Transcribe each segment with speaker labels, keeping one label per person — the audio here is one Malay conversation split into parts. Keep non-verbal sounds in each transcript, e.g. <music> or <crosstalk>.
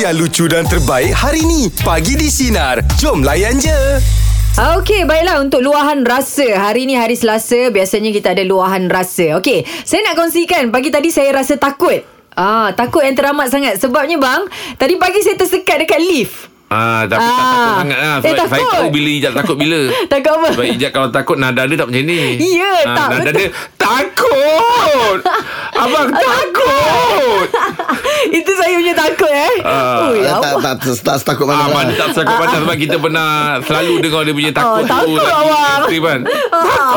Speaker 1: yang lucu dan terbaik hari ni. Pagi di Sinar. Jom layan je.
Speaker 2: Ah, Okey, baiklah untuk luahan rasa. Hari ni hari Selasa, biasanya kita ada luahan rasa. Okey, saya nak kongsikan pagi tadi saya rasa takut. Ah, takut yang teramat sangat sebabnya bang, tadi pagi saya tersekat dekat lift. <laughs>
Speaker 3: Ah, tapi ah. tak
Speaker 2: Ah.
Speaker 3: takut sangat lah.
Speaker 2: Eh,
Speaker 3: Sebab Saya
Speaker 2: takut.
Speaker 3: tahu bila Ijat takut bila.
Speaker 2: <laughs> Takut apa?
Speaker 3: Sebab Ijat kalau takut nada dia tak macam ni. Ah,
Speaker 2: Ya, tak,
Speaker 3: Nada
Speaker 2: betul.
Speaker 3: dia
Speaker 2: <laughs>
Speaker 3: takut. Abang takut.
Speaker 2: Itu saya punya takut eh.
Speaker 3: Ah,
Speaker 2: Ui,
Speaker 4: Tak, tak,
Speaker 2: awak.
Speaker 4: tak, tak, tak setakut mana. lah.
Speaker 3: Abang dia tak takut pasal sebab kita pernah selalu dengar dia punya takut.
Speaker 2: Oh,
Speaker 3: tu
Speaker 2: takut,
Speaker 3: lagi kan?
Speaker 2: abang.
Speaker 3: isteri, Pan.
Speaker 2: Ah.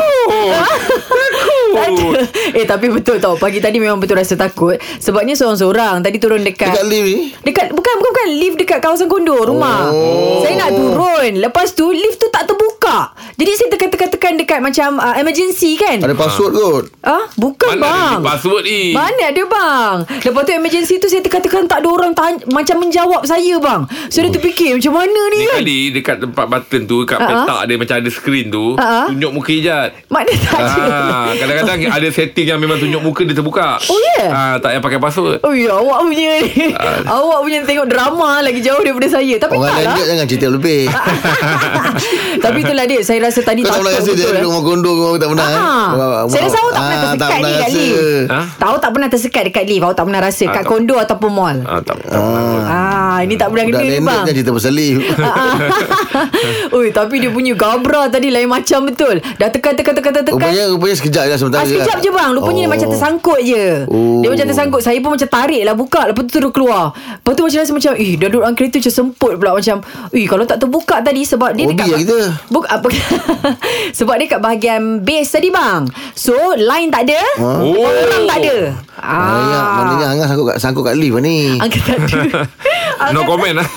Speaker 3: Takut.
Speaker 2: <laughs> eh tapi betul tau Pagi tadi memang betul rasa takut Sebabnya seorang-seorang Tadi turun dekat
Speaker 4: Dekat eh? lift ni?
Speaker 2: Dekat bukan bukan bukan lift dekat kawasan kondo rumah. Oh. Saya nak turun. Lepas tu lift tu tak terbuka. Jadi saya tekan-tekan-tekan dekat macam uh, emergency kan?
Speaker 4: Ada password kot.
Speaker 2: Ah, bukan
Speaker 3: Mana
Speaker 2: bang.
Speaker 3: ada password ni?
Speaker 2: Mana ada bang? Lepas tu emergency tu saya tekan-tekan tak ada orang tanya, macam menjawab saya bang. Saya dah terfikir macam mana
Speaker 3: <laughs>
Speaker 2: ni
Speaker 3: Ni
Speaker 2: kan?
Speaker 3: kali dekat tempat button tu
Speaker 2: Ah,
Speaker 3: Kat
Speaker 2: ah.
Speaker 3: petak dia Macam ada screen tu
Speaker 2: Ah, ah.
Speaker 3: Tunjuk muka Ijat
Speaker 2: Mana tak ada.
Speaker 3: Ah, kadang-kadang ada setting yang memang tunjuk muka dia terbuka.
Speaker 2: Oh, ya?
Speaker 3: Ah, tak payah pakai password.
Speaker 2: Oh ya awak punya ni
Speaker 3: Ah.
Speaker 2: Awak punya tengok drama Lagi jauh daripada saya Tapi
Speaker 4: Orang
Speaker 2: tak
Speaker 4: lain
Speaker 2: lah Ah,
Speaker 4: dia jangan cerita lebih.
Speaker 2: <laughs> Tapi itulah dia Saya rasa tadi
Speaker 4: Kau tak
Speaker 2: takut
Speaker 4: pernah rasa
Speaker 2: betul
Speaker 4: dia
Speaker 2: eh.
Speaker 4: ada rumah kondo kau tak pernah. eh?
Speaker 2: Ah,
Speaker 4: Rumah-
Speaker 2: saya rasa awak tak
Speaker 4: Ah,
Speaker 2: pernah tersekat ni kat
Speaker 4: rasa.
Speaker 2: lift.
Speaker 3: Ha?
Speaker 2: Tahu tak pernah tersekat dekat lift. Awak tak pernah rasa kat
Speaker 3: Ah, tak-
Speaker 2: kondo ataupun mall.
Speaker 3: Ah, tak, tak ah.
Speaker 2: Ah, ini tak pernah
Speaker 4: Budak
Speaker 2: kena ni
Speaker 4: landed
Speaker 2: bang.
Speaker 4: kan cerita
Speaker 2: <laughs>
Speaker 4: pasal
Speaker 2: Ah,
Speaker 4: lift.
Speaker 3: <laughs>
Speaker 2: Oi, tapi dia punya gabra tadi lain macam betul. Dah tekan tekan tekan tekan. tekan.
Speaker 4: Rupanya, rupanya sekejap je lah sementara.
Speaker 2: Ah, sekejap je bang Rupanya dia macam tersangkut je
Speaker 4: Oh.
Speaker 2: Dia macam tersangkut Saya pun macam tarik lah Buka Lepas tu terus keluar Lepas tu macam rasa macam Eh dah duduk dalam kereta Macam semput pula Macam Eh kalau tak terbuka tadi Sebab dia
Speaker 4: Hobi
Speaker 2: dekat
Speaker 4: lah kita.
Speaker 2: Buk, apa, <laughs> Sebab dia kat bahagian Base tadi bang So line tak ada
Speaker 4: Ha?
Speaker 3: Oh.
Speaker 2: Orang tak ada
Speaker 4: Ah, ya, maknanya Angah sangkut kat, sangkut kat lift ni.
Speaker 2: Angkat tak ada
Speaker 3: No
Speaker 2: <laughs> Angkat-
Speaker 3: comment lah.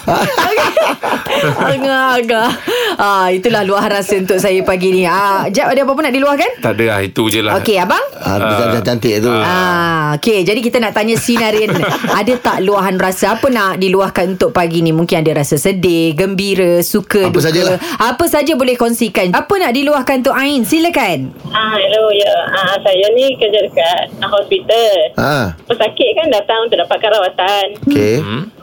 Speaker 2: Angah-angah ah, Itulah luahan rasa untuk saya pagi ni ah, Jap ada apa-apa nak diluahkan?
Speaker 3: Tak ada lah, itu je lah.
Speaker 2: Okey abang
Speaker 4: Ah, uh, cantik tu.
Speaker 2: Ah, okay. Jadi kita nak tanya Sinarin <laughs> ada tak luahan rasa apa nak diluahkan untuk pagi ni? Mungkin ada rasa sedih, gembira, suka,
Speaker 4: Apa
Speaker 2: duka.
Speaker 4: sajalah.
Speaker 2: Apa saja boleh kongsikan. Apa nak diluahkan tu Ain? Silakan.
Speaker 5: Ah, hello, ya. Ah, saya ni kerja dekat ah, hospital.
Speaker 4: Ah,
Speaker 5: Pesakit kan datang untuk dapatkan rawatan.
Speaker 4: okey.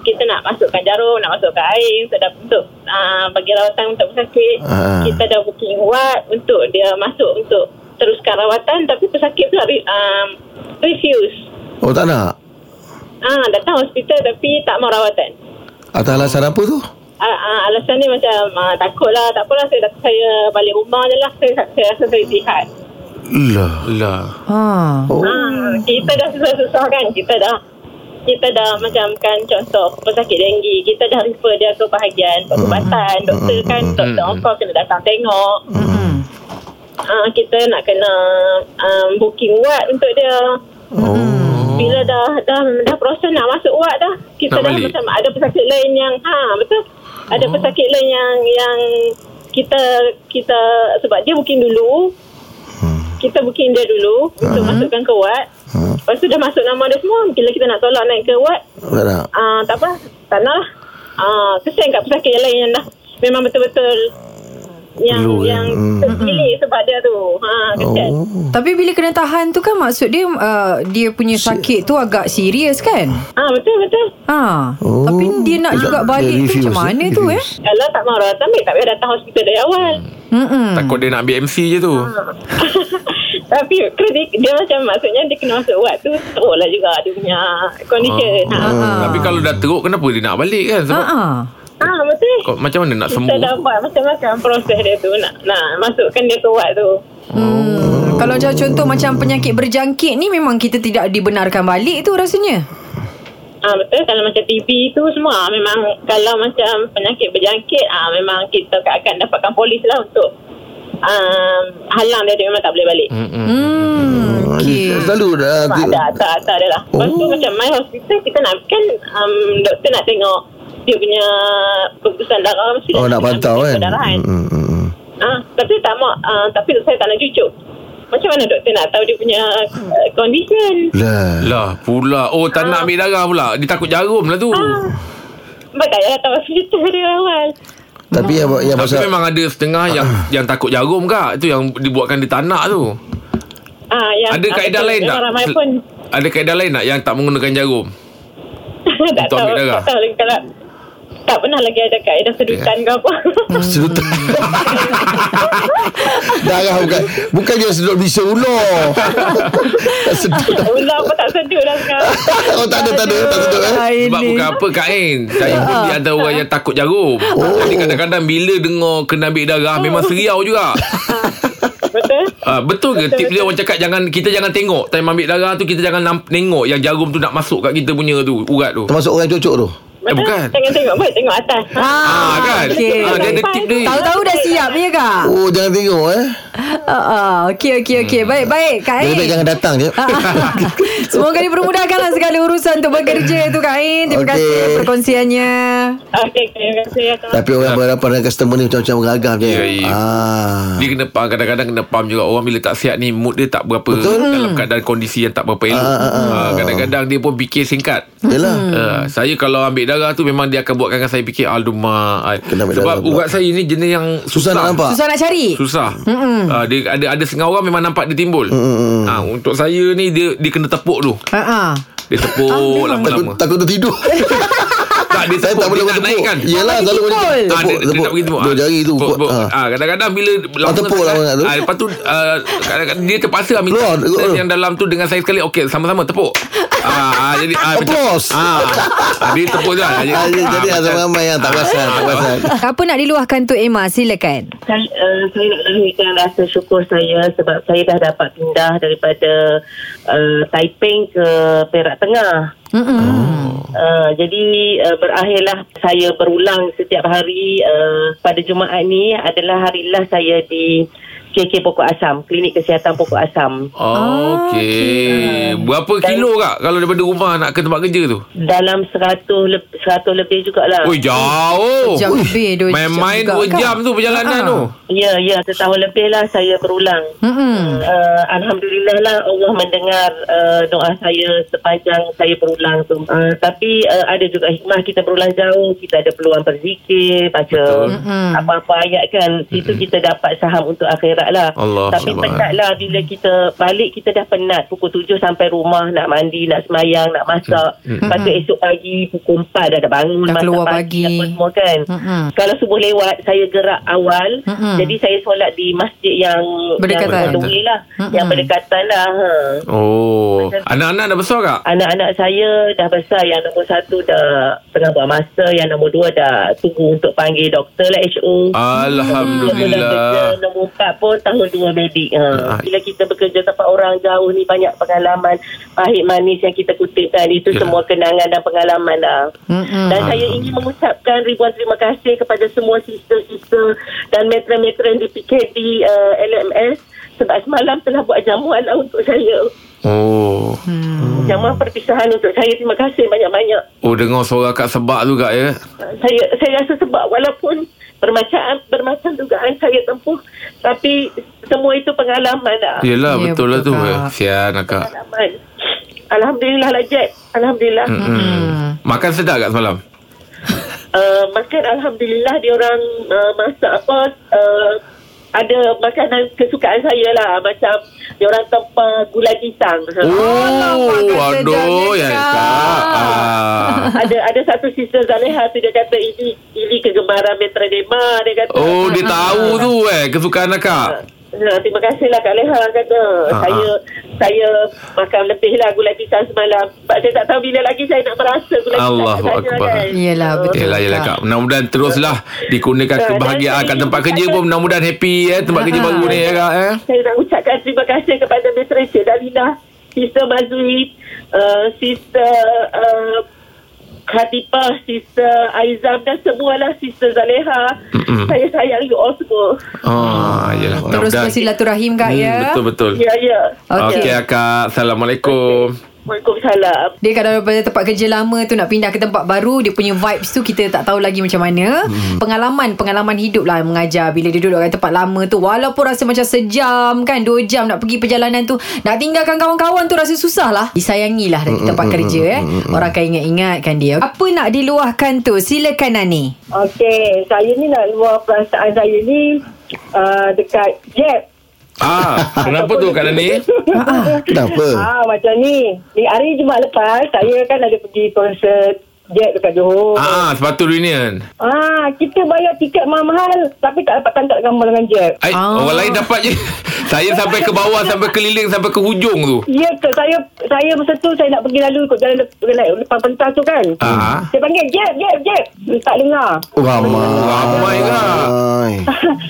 Speaker 5: Kita nak masukkan jarum, nak masukkan air untuk, dap- untuk ah, bagi rawatan untuk pesakit.
Speaker 4: Ah.
Speaker 5: Kita dah booking ward untuk dia masuk untuk teruskan rawatan tapi pesakit pula re- um, refuse.
Speaker 4: Oh, tak nak.
Speaker 5: Ah, datang hospital tapi tak mau rawatan.
Speaker 4: Atas alasan apa tu?
Speaker 5: Ah, ah, alasan ni macam ah, takut lah, tak apalah saya, saya balik rumah je lah. Saya, saya rasa saya sihat.
Speaker 4: Lah.
Speaker 3: Lah.
Speaker 2: Ha.
Speaker 4: Oh.
Speaker 5: Ah, kita dah susah-susah kan kita dah kita dah macam kan contoh pesakit denggi kita dah refer dia ke bahagian perubatan doktor kan doktor on call kena datang tengok
Speaker 2: Hmm.
Speaker 5: ah, kita nak kena um, booking ward untuk dia
Speaker 2: Hmm.
Speaker 4: Oh.
Speaker 5: bila dah dah dah proses nak masuk ward dah kita
Speaker 3: Nak
Speaker 5: dah
Speaker 3: balik.
Speaker 5: macam ada pesakit lain yang ha betul ada pesakit lain yang yang kita kita sebab dia booking dulu kita booking dia dulu untuk masukkan ke ward
Speaker 4: Hmm.
Speaker 5: lepas tu dah masuk nama dia semua bila kita nak tolak naik ke ward
Speaker 4: Oh, Tak nak.
Speaker 5: ah tak apa tak nak lah ah kesian kat pesakit yang lain yang dah memang betul-betul yang
Speaker 3: Perlu,
Speaker 5: yang terpilih sebab dia tu ha kesian
Speaker 4: Oh.
Speaker 2: Tapi bila kena tahan tu kan maksud dia uh, dia punya sakit tu agak serius kan?
Speaker 5: ah betul betul
Speaker 2: Ha.
Speaker 4: Oh.
Speaker 2: Tapi dia nak
Speaker 4: Dia
Speaker 2: juga
Speaker 4: tak- dia
Speaker 2: balik tu
Speaker 4: refuse,
Speaker 2: macam
Speaker 4: eh?
Speaker 2: mana tu eh?
Speaker 4: Refuse.
Speaker 5: kalau tak mau rawatan baik tak payah datang hospital dari awal
Speaker 2: Hmm.
Speaker 3: Takut dia nak ambil MC je tu.
Speaker 5: Tapi kalau dia, dia macam maksudnya dia kena masuk wad tu teruk lah juga dia punya condition.
Speaker 3: Ah.
Speaker 5: Ha.
Speaker 2: Ah.
Speaker 3: Tapi kalau dah teruk, kenapa dia nak balik kan?
Speaker 2: Ha
Speaker 3: Sebab
Speaker 2: ah.
Speaker 5: Ha, betul.
Speaker 2: Hmm.
Speaker 3: kau, macam mana nak
Speaker 5: Kita
Speaker 3: sembuh?
Speaker 5: dah buat macam-macam proses dia tu nak, nak masukkan dia ke wad tu.
Speaker 4: Oh.
Speaker 2: Hmm. Kalau macam contoh macam penyakit berjangkit ni memang kita tidak dibenarkan balik tu rasanya.
Speaker 5: Ha, betul kalau macam TB tu semua ah, memang kalau macam penyakit berjangkit ha, memang kita akan dapatkan polis lah untuk um, halang dia, dia memang tak boleh balik.
Speaker 3: Mm-mm.
Speaker 2: Hmm.
Speaker 4: Dia
Speaker 2: Okey.
Speaker 4: Oh. Selalu ah, dah.
Speaker 5: Tak ada, tak, tak ada lah. Lepas tu
Speaker 4: Oh.
Speaker 5: macam my hospital kita nak kan um, doktor nak tengok dia punya keputusan darah mesti
Speaker 4: Oh, nak
Speaker 5: dia
Speaker 4: pantau
Speaker 5: ambil
Speaker 4: kan?
Speaker 5: Pendarahan.
Speaker 4: Hmm, hmm, hmm, hmm.
Speaker 5: Ah, tapi tak mak ah, tapi saya tak nak cucuk. Macam mana doktor nak tahu dia punya uh, condition?
Speaker 4: Lah.
Speaker 3: Lah pula. Oh, tak nak ambil darah pula. Dia takut jarum lah tu.
Speaker 5: Ah. Sebab tak payah datang hospital dari awal.
Speaker 4: Tapi yang, yang
Speaker 3: Tapi
Speaker 4: pasal
Speaker 3: memang ada setengah yang yang takut jarum kak. Itu yang dibuatkan dia tak nak tu.
Speaker 5: Ah, yang
Speaker 3: Ada kaedah lain tak?
Speaker 5: Memang ramai pun
Speaker 3: Ada kaedah lain tak yang tak menggunakan jarum?
Speaker 5: <laughs>
Speaker 3: Untuk
Speaker 5: tak tahu.
Speaker 3: ambil darah?
Speaker 5: Tak tahu lagi kalau tak pernah lagi ada kaedah sedutan ke
Speaker 3: <laughs>
Speaker 5: apa.
Speaker 4: Sedutan <laughs> Darah bukan Bukan dia sedut bisa ular Tak sedut
Speaker 5: Ular pun tak sedut dah sekarang.
Speaker 4: Oh tak ada tak ada Tak sedut eh
Speaker 2: Hari
Speaker 3: Sebab
Speaker 2: ni.
Speaker 3: bukan apa Kak Ain Saya
Speaker 2: Ah.
Speaker 3: pun di antara orang yang takut jarum oh. Jadi kadang-kadang bila dengar Kena ambil darah Memang
Speaker 2: Oh.
Speaker 3: seriau juga
Speaker 5: Betul?
Speaker 3: Ah, betul ke
Speaker 5: Betul,
Speaker 3: tip dia orang cakap jangan kita jangan tengok time ambil darah tu kita jangan namp- tengok yang jarum tu nak masuk kat kita punya tu urat tu.
Speaker 4: Termasuk orang cocok tu
Speaker 5: Betul?
Speaker 3: bukan.
Speaker 5: Jangan tengok baik, tengok atas. Ha.
Speaker 3: Ah, kan?
Speaker 2: okey.
Speaker 3: Ah, dia ada tip dia.
Speaker 2: Tahu-tahu dah siap ya kak?
Speaker 3: Ah.
Speaker 4: Oh jangan tengok eh
Speaker 2: Ah, ah, okey okey
Speaker 3: Hmm.
Speaker 2: okey. Baik baik Kak Ain.
Speaker 3: Eh.
Speaker 4: Lebih-lebih jangan datang je
Speaker 2: <laughs>
Speaker 3: Ah.
Speaker 2: Semoga dipermudahkanlah segala urusan untuk bekerja tu Kak Ain. Terima
Speaker 4: Okey.
Speaker 2: kasih perkongsiannya.
Speaker 5: Okey, terima kasih. Assalamualaikum.
Speaker 4: Tapi orang berhadapan dengan customer ni Macam-macam beragam je
Speaker 3: Ya, ya.
Speaker 4: Ah.
Speaker 3: Dia kena pam Kadang-kadang kena pam juga Orang bila tak sihat ni Mood dia tak berapa Betul. Dalam keadaan kondisi yang tak berapa elok
Speaker 4: Ah, ah, ah.
Speaker 3: Ah, Kadang-kadang dia pun fikir singkat
Speaker 4: Yelah
Speaker 3: Uh, saya kalau ambil darah tu Memang dia akan buatkan saya fikir Aldumah ah."
Speaker 4: Kena ambil darah
Speaker 3: Sebab
Speaker 4: pula.
Speaker 3: urat saya ni jenis yang
Speaker 4: Susah
Speaker 3: susah,
Speaker 4: nak nampak
Speaker 2: Susah nak cari.
Speaker 3: Susah uh, dia, ada, ada setengah orang memang nampak dia timbul uh, Untuk saya ni dia, dia kena tepuk tu
Speaker 2: Ha ah.
Speaker 3: Dia tepuk
Speaker 4: Takut,
Speaker 3: lama-lama
Speaker 4: takut
Speaker 3: <laughs>
Speaker 4: tertidur
Speaker 3: Tak dia
Speaker 4: Saya
Speaker 3: tepuk
Speaker 4: tak boleh
Speaker 3: Dia nak
Speaker 4: tepuk
Speaker 3: naikkan
Speaker 4: Yelah selalu boleh
Speaker 2: Tepuk.
Speaker 3: Ah,
Speaker 4: Tepuk
Speaker 3: dia, dia
Speaker 4: Tepuk
Speaker 3: tak pergi tepuk
Speaker 4: Dua
Speaker 3: Ah,
Speaker 4: jari tu
Speaker 3: tepuk, tepuk.
Speaker 4: Ah.
Speaker 3: Ah, Kadang-kadang bila
Speaker 4: Ah, tepuk
Speaker 3: sangat,
Speaker 4: lah, tu.
Speaker 3: ah, Lepas tu ah, kadang-kadang Dia terpaksa ambil
Speaker 4: Keluar, keluar.
Speaker 3: Yang dalam tu dengan saya sekali Okey sama-sama tepuk ah, ah, jadi, ah, macam-
Speaker 4: Applause.
Speaker 3: ah, ah, Dia tepuk je lah
Speaker 4: Ah, Jadi jadi ada
Speaker 3: macam- Ah.
Speaker 4: ramai yang tak perasan Tak perasan
Speaker 2: Apa nak diluahkan tu Emma? Silakan.
Speaker 5: Saya, uh, saya nak lahirkan rasa syukur saya sebab saya dah dapat pindah daripada uh, Taiping ke Perak Tengah.
Speaker 2: Mm-mm.
Speaker 5: Uh, jadi uh, berakhirlah saya berulang setiap hari uh, pada Jumaat ni adalah hari lah saya di KK Pokok Asam, Klinik Kesihatan Pokok Asam.
Speaker 3: Oh, Okey. Berapa kilo kak kalau daripada rumah nak ke tempat kerja tu?
Speaker 5: Dalam 100 le- 100 lebih jugalah.
Speaker 3: Oi, jauh.
Speaker 2: Jam lebih dua
Speaker 3: Oh, Main-main
Speaker 2: juga,
Speaker 3: dua
Speaker 2: Kak.
Speaker 3: jam tu perjalanan
Speaker 2: Ah.
Speaker 3: tu.
Speaker 5: Ya, ya, setahun lebih lah saya berulang.
Speaker 2: Mm-mm.
Speaker 5: Uh, Alhamdulillah lah Allah mendengar uh, doa saya sepanjang saya berulang tu. Uh, tapi uh, ada juga hikmah kita berulang jauh, kita ada peluang berzikir, baca apa-apa ayat kan. Situ kita dapat saham untuk akhirat lah.
Speaker 3: Allah
Speaker 5: tapi
Speaker 3: Allah.
Speaker 5: penat lah bila kita balik kita dah penat. Pukul 7 sampai rumah nak mandi, nak semayang, nak masak. Lepas tu esok pagi pukul 4 dah, dah bangun.
Speaker 2: Dah
Speaker 5: masak
Speaker 2: keluar pagi.
Speaker 5: pagi. Apa semua kan.
Speaker 2: Mm-mm.
Speaker 5: Kalau subuh lewat saya gerak awal.
Speaker 2: Mm-mm.
Speaker 5: Jadi saya solat di masjid yang
Speaker 2: Berdekatan.
Speaker 5: yang on the way lah
Speaker 2: Mm-mm.
Speaker 5: Yang berdekatan lah ha.
Speaker 3: Oh. Anak-anak dah besar kak?
Speaker 5: Anak-anak saya dah besar Yang nombor satu dah Tengah buat master Yang nombor dua dah Tunggu untuk panggil doktor lah HO Semula kerja
Speaker 3: Alhamdulillah.
Speaker 5: Nombor empat pun Tahun dua medik
Speaker 3: lah. Ah.
Speaker 5: ha. Bila kita bekerja tempat orang jauh ni Banyak pengalaman Pahit manis yang kita kutipkan Itu
Speaker 3: Yalah.
Speaker 5: semua kenangan dan pengalaman lah
Speaker 2: Mm-mm.
Speaker 5: dan saya ingin mengucapkan ribuan terima kasih kepada semua sister-sister dan metren-metren di PKD uh, LMS sebab semalam telah buat jamuan lah untuk saya.
Speaker 3: Oh.
Speaker 5: Hmm. Jamuan perpisahan untuk saya. Terima kasih banyak-banyak.
Speaker 3: Oh, dengar suara kak sebab tu kak ya.
Speaker 5: Uh, Saya saya rasa sebab walaupun bermacam bermacam dugaan saya tempuh tapi semua itu pengalaman lah.
Speaker 3: Yelah,
Speaker 2: Ya,
Speaker 3: betul lah
Speaker 2: betul,
Speaker 3: tu.
Speaker 2: Kak.
Speaker 3: Eh, Sian lah kak.
Speaker 5: Pengalaman. Alhamdulillah lah Jack. Alhamdulillah.
Speaker 3: Hmm. Makan sedap kak semalam?
Speaker 5: uh, makan alhamdulillah dia orang uh, masak apa uh, ada makanan kesukaan saya lah macam dia orang tempah gulai pisang. Oh.
Speaker 3: Oh,
Speaker 2: makan
Speaker 3: aduh.
Speaker 2: sedap,
Speaker 3: Ya,
Speaker 2: Kak.
Speaker 3: kak. Ah.
Speaker 5: Ada ada satu sister Zaleha tu dia kata ini ini kegemaran Metro Dema dia kata.
Speaker 3: Oh, dia tahu tu eh kesukaan nak kak.
Speaker 5: Ha, terima kasihlah Kak Leha kata
Speaker 3: Ah,
Speaker 5: saya saya makan lebih lah gulai pisang semalam sebab saya tak tahu bila lagi saya nak merasa gulai pisang kat
Speaker 3: Allahu
Speaker 5: saya
Speaker 3: Akbar.
Speaker 2: Yelah,
Speaker 5: Ha.
Speaker 2: betul.
Speaker 3: Yelah, yelah Kak. Mudah-mudahan teruslah dikurniakan
Speaker 5: Ah,
Speaker 3: kebahagiaan
Speaker 5: dan
Speaker 3: kat
Speaker 5: saya-
Speaker 3: tempat kerja pun mudah-mudahan happy eh tempat kerja
Speaker 2: Ah.
Speaker 3: baru ni ya Kak eh.
Speaker 5: saya nak ucapkan terima kasih kepada Mr. Encik Dalina, Sister Mazui, uh, Sister uh, Khatipah, Sister Aizam dan semualah Sister Zaleha.
Speaker 3: Mm-mm.
Speaker 5: Saya sayang you all semua.
Speaker 3: Ah,
Speaker 2: Terus
Speaker 3: yalah. mudah-mudahan.
Speaker 2: bersilaturahim Kak
Speaker 3: Hmm,
Speaker 2: ya.
Speaker 3: Betul betul.
Speaker 5: Ya, ya.
Speaker 2: Okey.
Speaker 3: Okey Kak. Assalamualaikum.
Speaker 5: Waalaikumsalam.
Speaker 2: Dia kalau daripada tempat kerja lama tu nak pindah ke tempat baru, dia punya vibes tu kita tak tahu lagi macam mana. Pengalaman, pengalaman hidup lah yang mengajar bila dia duduk kat tempat lama tu. Walaupun rasa macam sejam kan, dua jam nak pergi perjalanan tu. Nak tinggalkan kawan-kawan tu rasa susah lah. Disayangilah dari tempat kerja eh. Orang akan ingat-ingatkan dia. Apa nak diluahkan tu? Silakan Nani.
Speaker 5: Okey, saya ni nak luar perasaan saya ni uh, dekat Jeb.
Speaker 3: Ah, kenapa tu Kak Nani?
Speaker 4: Kenapa?
Speaker 5: <laughs> Ah macam ni. Ni hari Jumaat lepas saya kan ada pergi konsert Jet dekat Johor.
Speaker 3: Ah,
Speaker 5: Ah,
Speaker 3: sepatu reunion.
Speaker 5: ah kita bayar tiket mahal-mahal tapi tak dapat kontak gambar dengan Jet.
Speaker 3: Ay,
Speaker 2: Ah.
Speaker 3: ah. Orang lain dapat je. <laughs> Saya sampai ke bawah, sampai keliling, sampai ke hujung tu.
Speaker 5: Ya ke saya saya masa tu saya nak pergi lalu ikut jalan dep- jalan depan pentas tu kan.
Speaker 3: Ah.
Speaker 5: Saya panggil Jet, Jet, Jet. Tak dengar.
Speaker 4: Ramai.
Speaker 3: Ramai lah.
Speaker 5: <laughs>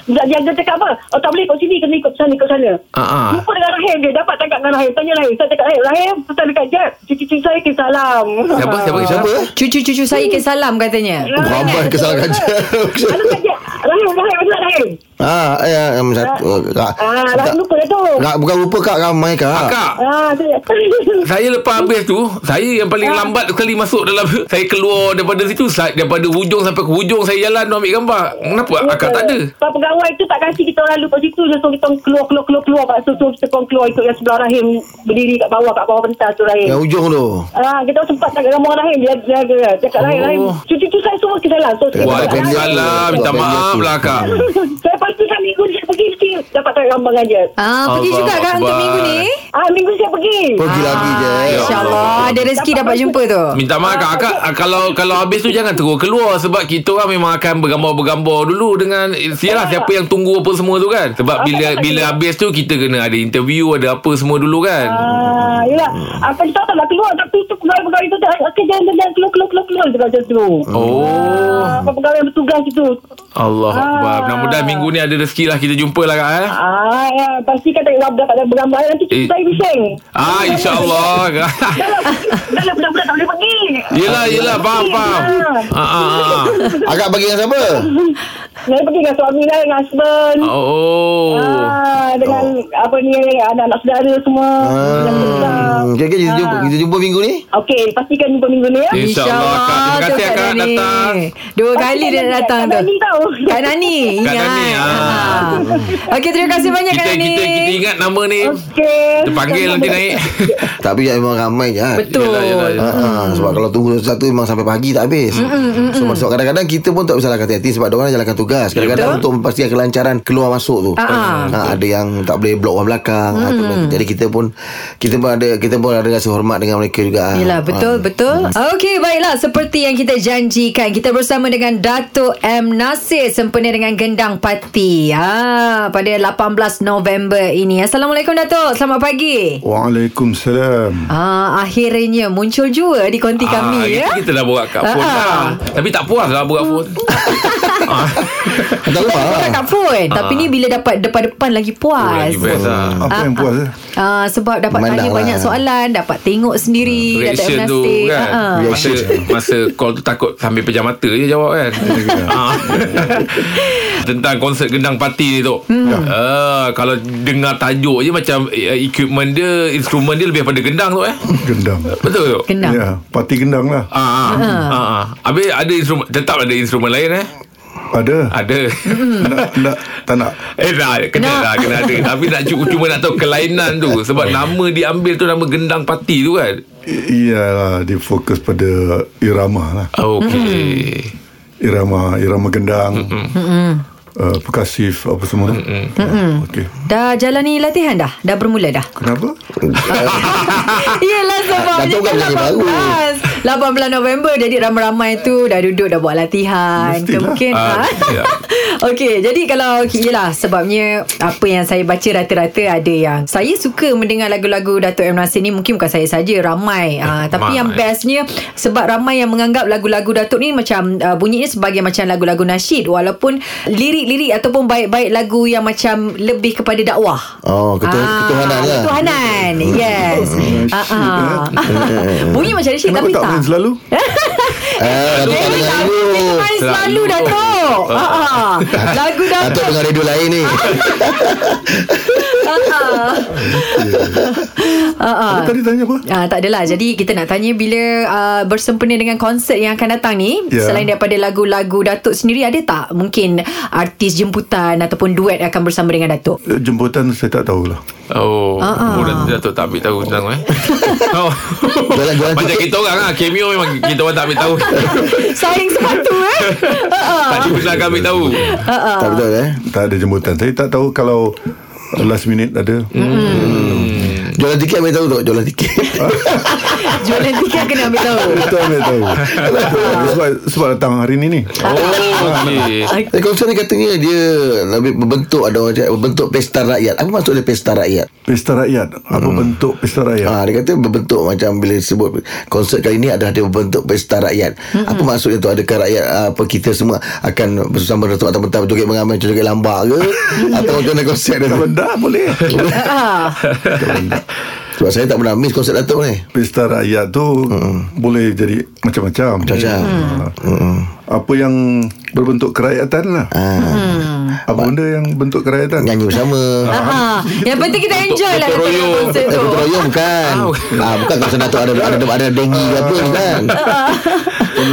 Speaker 5: Nak jaga cakap apa? Oh tak boleh ikut sini kena ikut sana ikut sana.
Speaker 3: Ah, ah.
Speaker 5: Lupa dengan Rahim dia dapat cakap dengan Rahim. Tanya Rahim. Saya cakap Rahim, Rahim pesan dekat Jet. Cucu-cucu saya ke salam.
Speaker 3: Siapa? Siapa? Oh, Siapa?
Speaker 4: Siapa?
Speaker 2: Cucu-cucu saya ke salam katanya.
Speaker 4: Ramai kesalahan
Speaker 5: Mana
Speaker 4: je.
Speaker 5: dekat Jet? Rahim, Rahim, mana Rahim?
Speaker 4: Ah, ya, um, satu. Kak.
Speaker 5: Ah, Rahim
Speaker 4: Tak-
Speaker 5: lupa dah tu.
Speaker 4: Kak, bukan lupa kak ramai
Speaker 3: Ah,
Speaker 4: kak.
Speaker 3: Kak,
Speaker 5: Ah, saya.
Speaker 3: saya lepas habis tu, saya yang paling lambat sekali masuk dalam... <laughs> Saya keluar daripada situ, sa- daripada hujung sampai ke hujung, saya jalan nak ambil gambar. Kenapa? Akak tak ada.
Speaker 5: Sebab pegawai tu tak kasi kita orang lupa situ je. So kita orang keluar, keluar, keluar, keluar. Pak so, so kita orang keluar ikut yang sebelah Rahim. Berdiri kat bawah, kat bawah pentas tu Rahim.
Speaker 4: Yang hujung tu.
Speaker 5: Ah, kita orang sempat tak ramah Rahim. Dia dia dia cakap Rahim, Rahim.
Speaker 3: Oh.
Speaker 5: Cucu-cucu saya semua ke salam. So,
Speaker 4: Wah,
Speaker 5: saya- <laughs>
Speaker 3: Waalaikumsalam. Minta maaf lah, Kak.
Speaker 5: Saya pasti kan minggu ni saya pergi mesti dapat tak gambar dengan Jet.
Speaker 2: Ah, pergi
Speaker 3: Allah
Speaker 2: juga kan untuk
Speaker 3: Akbar.
Speaker 2: minggu ni?
Speaker 5: Ah, minggu ni saya pergi.
Speaker 3: Oh.
Speaker 4: Pergi lagi je. eh.
Speaker 2: Ah,
Speaker 3: Ya
Speaker 2: InsyaAllah ada rezeki dapat jumpa tu.
Speaker 3: Minta maaf kak, akak ah, kalau kalau habis tu jangan terus keluar sebab kita orang memang akan bergambar-bergambar dulu dengan sialah siapa yang tunggu apa semua tu kan. Sebab bila bila habis tu kita kena ada interview, ada apa semua dulu kan.
Speaker 5: Ah, yelah. Apa kita tak nak keluar tapi tu pegawai-pegawai tu tak ah, okay, jangan jangan keluar keluar keluar keluar dia macam tu.
Speaker 3: Oh,
Speaker 5: Ah, pegawai yang bertugas itu.
Speaker 3: Allah Akbar.
Speaker 5: Ah.
Speaker 3: Mudah-mudahan minggu ni ada rezeki lah kita jumpa lah kak eh.
Speaker 5: Ah, ya, pasti kan tak dapat dapat bergambar nanti
Speaker 3: Eh.
Speaker 5: cucu saya bising. lah,
Speaker 3: Ah, insyaAllah kak.
Speaker 5: Dahlah, dahlah budak-budak lah, tak boleh pergi.
Speaker 3: Yelah, yelah, faham, faham. Ah, ah, ah.
Speaker 4: Akak bagi dengan siapa?
Speaker 5: Saya pergi dengan suami lah, dengan husband.
Speaker 3: Oh.
Speaker 5: Ah, dengan apa ni anak-anak saudara semua. Ah.
Speaker 4: Hmm, okay, okay, kita, jumpa, kita jumpa minggu ni.
Speaker 5: Okey, pastikan jumpa minggu ni ya.
Speaker 3: Eh, InsyaAllah, Kak. Terima
Speaker 2: tu
Speaker 3: kasih,
Speaker 2: Kak
Speaker 3: Kak,
Speaker 2: Nani.
Speaker 3: datang.
Speaker 2: Dua kali dia datang tu.
Speaker 5: Kak Nani tau.
Speaker 2: Kak Nani.
Speaker 3: Kak Nani,
Speaker 2: ingat.
Speaker 3: ah.
Speaker 2: <laughs> Okey, terima kasih banyak Kak
Speaker 3: Kita,
Speaker 2: Nani.
Speaker 3: kita, kita ingat nama ni.
Speaker 5: Oh, Okey.
Speaker 3: Kita panggil nanti naik.
Speaker 4: Tapi ya, memang ramai je. kan?
Speaker 2: Betul.
Speaker 3: Yelah, yelah, yelah.
Speaker 4: Ha, ha,
Speaker 2: Hmm.
Speaker 4: sebab kalau tunggu satu memang sampai pagi tak habis. Mm, mm, so, sebab kadang-kadang kita pun tak bersalah kata hati sebab dia orang jalankan tugas. Kadang-kadang untuk memastikan kelancaran keluar masuk tu.
Speaker 2: Ha, ha.
Speaker 4: Ha, ada yang tak boleh blok orang belakang. Ha,
Speaker 2: Hmm,
Speaker 4: tu. jadi kita pun kita pun ada kita pun ada rasa hormat dengan mereka juga. Ah.
Speaker 2: Yelah betul betul Okey baiklah Seperti yang kita janjikan Kita bersama dengan Dato' M. Nasir Sempena dengan Gendang Pati ha, Pada 18 November ini Assalamualaikum Dato' Selamat pagi
Speaker 6: Waalaikumsalam.
Speaker 2: Ah, akhirnya muncul jua di konti kami
Speaker 3: Ah,
Speaker 2: ya.
Speaker 3: kita- Kita dah borak kat
Speaker 2: Ah,
Speaker 3: phone
Speaker 2: ah.
Speaker 3: lah. Tapi tak puas lah borak phone. Ah.
Speaker 4: Tak
Speaker 2: Kita
Speaker 4: lupa.
Speaker 2: bukan kat phone Tapi ni bila dapat depan-depan lagi
Speaker 3: <laughs>
Speaker 2: puas
Speaker 3: Lagi best lah.
Speaker 6: Apa yang puas eh?
Speaker 2: Ah, sebab dapat
Speaker 4: Memandang
Speaker 2: tanya
Speaker 4: lah.
Speaker 2: banyak soalan Dapat tengok sendiri
Speaker 3: Hmm. Reaction
Speaker 2: Datuk
Speaker 3: tu
Speaker 2: Nasir.
Speaker 3: kan
Speaker 2: Ah, ah.
Speaker 3: masa, masa call tu takut Sambil pejam mata je jawab <laughs> kan Ah. Tentang konsert gendang parti ni tu hmm. uh, Kalau dengar tajuk je Macam uh, equipment dia Instrumen dia lebih pada gendang tu eh
Speaker 6: Gendang.
Speaker 3: Betul tu
Speaker 2: Kenang
Speaker 6: Ya, parti gendang lah.
Speaker 3: Ah, ah, ah, ah. Habis ada instrumen Tetap ada instrumen lain eh
Speaker 6: Ada.
Speaker 3: Ada
Speaker 6: nak, nak, tak nak.
Speaker 3: Eh nak Kena
Speaker 2: Nak.
Speaker 3: nak. lah Kena ada Tapi nak cu- cuma nak tahu Kelainan tu Sebab nama diambil tu Nama gendang parti tu kan
Speaker 6: I- Iyalah, dia fokus pada irama lah.
Speaker 3: Okay
Speaker 6: Irama, irama gendang. Uh, perkasif apa semua Mm-mm. Okey
Speaker 2: Dah jalani latihan dah Dah bermula dah
Speaker 6: Kenapa?
Speaker 2: <laughs> Yelah sebabnya
Speaker 4: Datuk kan lagi baru.
Speaker 2: 18 18 November Jadi ramai-ramai tu Dah duduk dah buat latihan
Speaker 6: Mestilah.
Speaker 2: Mungkin
Speaker 3: Ah,
Speaker 2: ha?
Speaker 3: ya.
Speaker 2: <laughs> Okey jadi kalau Yelah sebabnya Apa yang saya baca rata-rata Ada yang Saya suka mendengar lagu-lagu Dato' M. Nasir ni Mungkin bukan saya saja Ramai ha, Tapi
Speaker 3: Ramai.
Speaker 2: yang bestnya Sebab ramai yang menganggap Lagu-lagu Dato' ni Macam uh, bunyinya sebagai Macam lagu-lagu nasyid Walaupun Lirik-lirik Ataupun baik-baik lagu Yang macam Lebih kepada dakwah
Speaker 4: Oh, ketu-
Speaker 2: Ah,
Speaker 4: ketuhanan lah.
Speaker 2: Ketuhanan
Speaker 6: Hmm.
Speaker 2: Yes
Speaker 6: Nasyid,
Speaker 2: Ah, ah. <laughs> Bunyi macam nasyid
Speaker 6: eh. Kenapa
Speaker 2: Tapi
Speaker 6: tak Ya. main selalu?
Speaker 4: Eh, Datuk tak
Speaker 2: Dewi
Speaker 4: dengar
Speaker 2: tak
Speaker 4: radio.
Speaker 2: Kita main selalu
Speaker 3: Selalu.
Speaker 2: Datuk Ah, ah. Lagu
Speaker 4: Datuk
Speaker 2: Datuk
Speaker 4: dengar radio lain
Speaker 2: <laughs>
Speaker 4: ni.
Speaker 2: Ah, ah. Ah, ah.
Speaker 6: Apa tadi tanya apa?
Speaker 2: Ah, tak adalah Jadi kita nak tanya Bila uh, bersempena dengan konsert Yang akan datang ni yeah.
Speaker 6: Ya.
Speaker 2: Selain daripada lagu-lagu Datuk sendiri Ada tak mungkin Artis jemputan Ataupun duet Akan bersama dengan Datuk
Speaker 6: Eh, Jemputan saya tak tahulah
Speaker 3: Oh,
Speaker 2: Ah, ah.
Speaker 3: uh-uh. oh Datuk, Datuk tak ambil tahu tentang
Speaker 2: <laughs>
Speaker 3: eh. oh.
Speaker 4: Jualan- jualan
Speaker 3: Macam
Speaker 4: tiket.
Speaker 3: kita orang lah Cameo memang kita orang tak ambil tahu
Speaker 2: Saing sepatu
Speaker 6: <laughs>
Speaker 2: eh Ah, ah.
Speaker 3: Tak diperkenalkan ambil tahu
Speaker 4: tak betul eh.
Speaker 6: Tak ada jemputan Saya tak tahu kalau last minute ada. <laughs> Hmm.
Speaker 4: Jualan tiket ambil tahu tak Jualan tiket
Speaker 2: <laughs> Jualan tiket kena ambil tahu
Speaker 6: Itu ambil tahu. <laughs> sebab, sebab datang hari ni ni.
Speaker 2: Ah.
Speaker 3: Oh okey.
Speaker 4: Tapi Eh, kalau sana katanya Dia lebih berbentuk Ada orang cakap Berbentuk pesta rakyat Apa maksud dia pesta rakyat
Speaker 6: Pesta rakyat. Apa bentuk pesta rakyat?
Speaker 4: Ha, dia kata berbentuk macam bila sebut konsert kali ni adalah dia berbentuk pesta rakyat. Mm-hmm. Apa maksudnya tu? Adakah rakyat ah, apa kita semua akan bersama datuk atau mentah joget mengamai joget lambak ke atau macam mana konsert dia?
Speaker 6: Kalau
Speaker 4: tu?
Speaker 6: dah <laughs> boleh.
Speaker 2: Ah,
Speaker 4: Sebab saya tak pernah miss konsert datuk ni.
Speaker 6: pesta rakyat tu hmm. boleh jadi macam-macam.
Speaker 4: Macam-macam.
Speaker 6: Hmm. Apa yang berbentuk kerakyatan lah.
Speaker 4: Ha,
Speaker 6: Apa benda Ah. yang bentuk kerakyatan?
Speaker 4: nyanyi bersama.
Speaker 2: ah. Yang penting kita enjoy lah
Speaker 3: Gotong
Speaker 2: tengok
Speaker 3: royong.
Speaker 2: konsert
Speaker 4: Eh,
Speaker 2: tu
Speaker 4: betul royong bukan. Ah, bukan konsert datuk ada ada ada, ada dengue ke apa kan? bukan.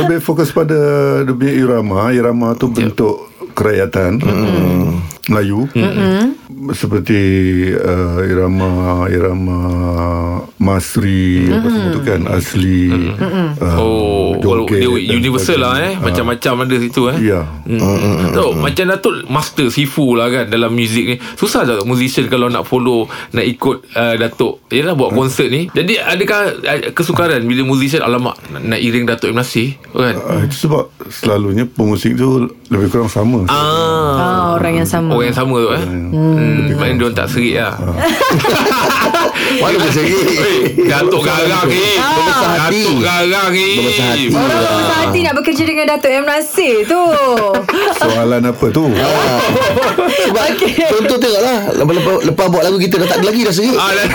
Speaker 6: Lebih fokus pada dia punya irama. Irama tu
Speaker 3: Ya.
Speaker 6: bentuk kerakyatan hmm. Melayu. Hmm. Seperti uh, irama irama Masri hmm. apa semua tu kan asli. Hmm. Uh,
Speaker 3: Oh,
Speaker 6: joget
Speaker 3: dia
Speaker 6: dan
Speaker 3: universal lah eh.
Speaker 6: sebagainya.
Speaker 3: Macam-macam ada situ eh.
Speaker 6: Ah. Ya.
Speaker 3: Hmm. Tahu macam Datuk master sifu lah kan dalam muzik ni. Susah tak musician kalau nak follow nak ikut uh, Datuk. Yalah buat konsert ni. Jadi adakah uh, kesukaran bila musician alamak nak, nak iring Datuk Ibn Nasir kan?
Speaker 6: Ah, itu sebab selalunya pemusik tu lebih kurang sama.
Speaker 3: Ah.
Speaker 2: Ah, orang yang sama
Speaker 3: Orang yang sama tu eh. Hmm, maknanya dia orang tak serik lah.
Speaker 4: Mana boleh
Speaker 3: Eh, Datuk garang eh. ni.
Speaker 2: Ah.
Speaker 4: Berbesar hati.
Speaker 3: Datuk garang eh. ni.
Speaker 4: Berbesar hati.
Speaker 2: Orang berbesar hati nak bekerja dengan Datuk M. Nasir tu
Speaker 6: Soalan apa tu?
Speaker 3: Ah.
Speaker 4: Sebab
Speaker 2: Okey.
Speaker 4: Contoh tengoklah lepas, lepas, lepas buat lagu kita Dah tak ada lagi dah seri
Speaker 3: Ah, dah-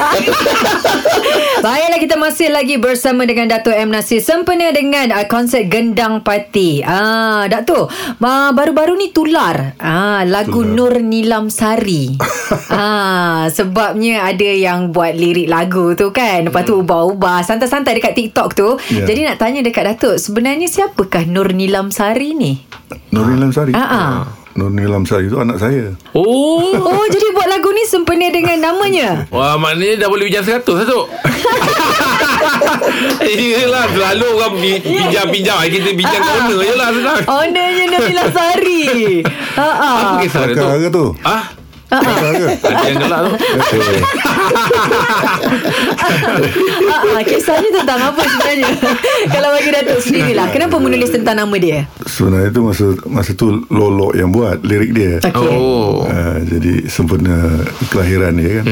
Speaker 2: Baiklah kita masih lagi bersama dengan Dato' M. Nasir Sempena dengan uh, konsert Gendang Pati ah, Dato' uh, baru-baru ni tular ah, Lagu Nur Nilam Sari ah, Sebabnya ada yang buat lirik lagu tu kan Lepas tu ubah-ubah Santai-santai dekat TikTok tu
Speaker 6: Ya.
Speaker 2: Jadi nak tanya dekat Dato' Sebenarnya siapakah Nur Nilam Sari ni?
Speaker 6: Nurul Lamsari.
Speaker 2: Ah, ah.
Speaker 6: Nurul Lamsari tu anak saya.
Speaker 3: Oh.
Speaker 2: Oh jadi buat lagu ni sempena dengan namanya
Speaker 3: <laughs> Wah maknanya dah boleh pinjam 100 lah <laughs> tu Eh, Yelah selalu orang pi- pinjam-pinjam Kita pinjam
Speaker 2: Ah, ah.
Speaker 3: corner je lah senang
Speaker 2: Ownernya Nur Nilam Sari ah, ah.
Speaker 3: Apa kisah dia tu?
Speaker 6: Kelakar ke tu?
Speaker 3: Ha?
Speaker 6: Kelakar ke?
Speaker 3: Ada yang gelap tu
Speaker 6: Eh,
Speaker 2: Ah, ah, kisahnya tentang apa sebenarnya? <laughs> Kalau bagi Datuk sendirilah, kenapa menulis tentang nama dia?
Speaker 6: Sebenarnya tu masa masa tu Lolok yang buat lirik dia.
Speaker 2: Okey.
Speaker 3: Oh
Speaker 6: Ah, jadi sempurna kelahiran dia kan.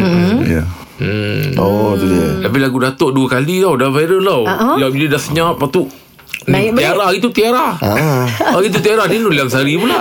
Speaker 6: Ya.
Speaker 3: hmm.
Speaker 4: Oh tu dia
Speaker 3: Tapi lagu Datuk dua kali tau Dah viral tau
Speaker 2: Ah, ah.
Speaker 3: Yang bila dah senyap Lepas tu
Speaker 2: Naik balik.
Speaker 3: Tiara itu Tiara
Speaker 4: Ah.
Speaker 3: Ah itu Tiara Ni Nuliam
Speaker 2: Ah,
Speaker 3: Sari pula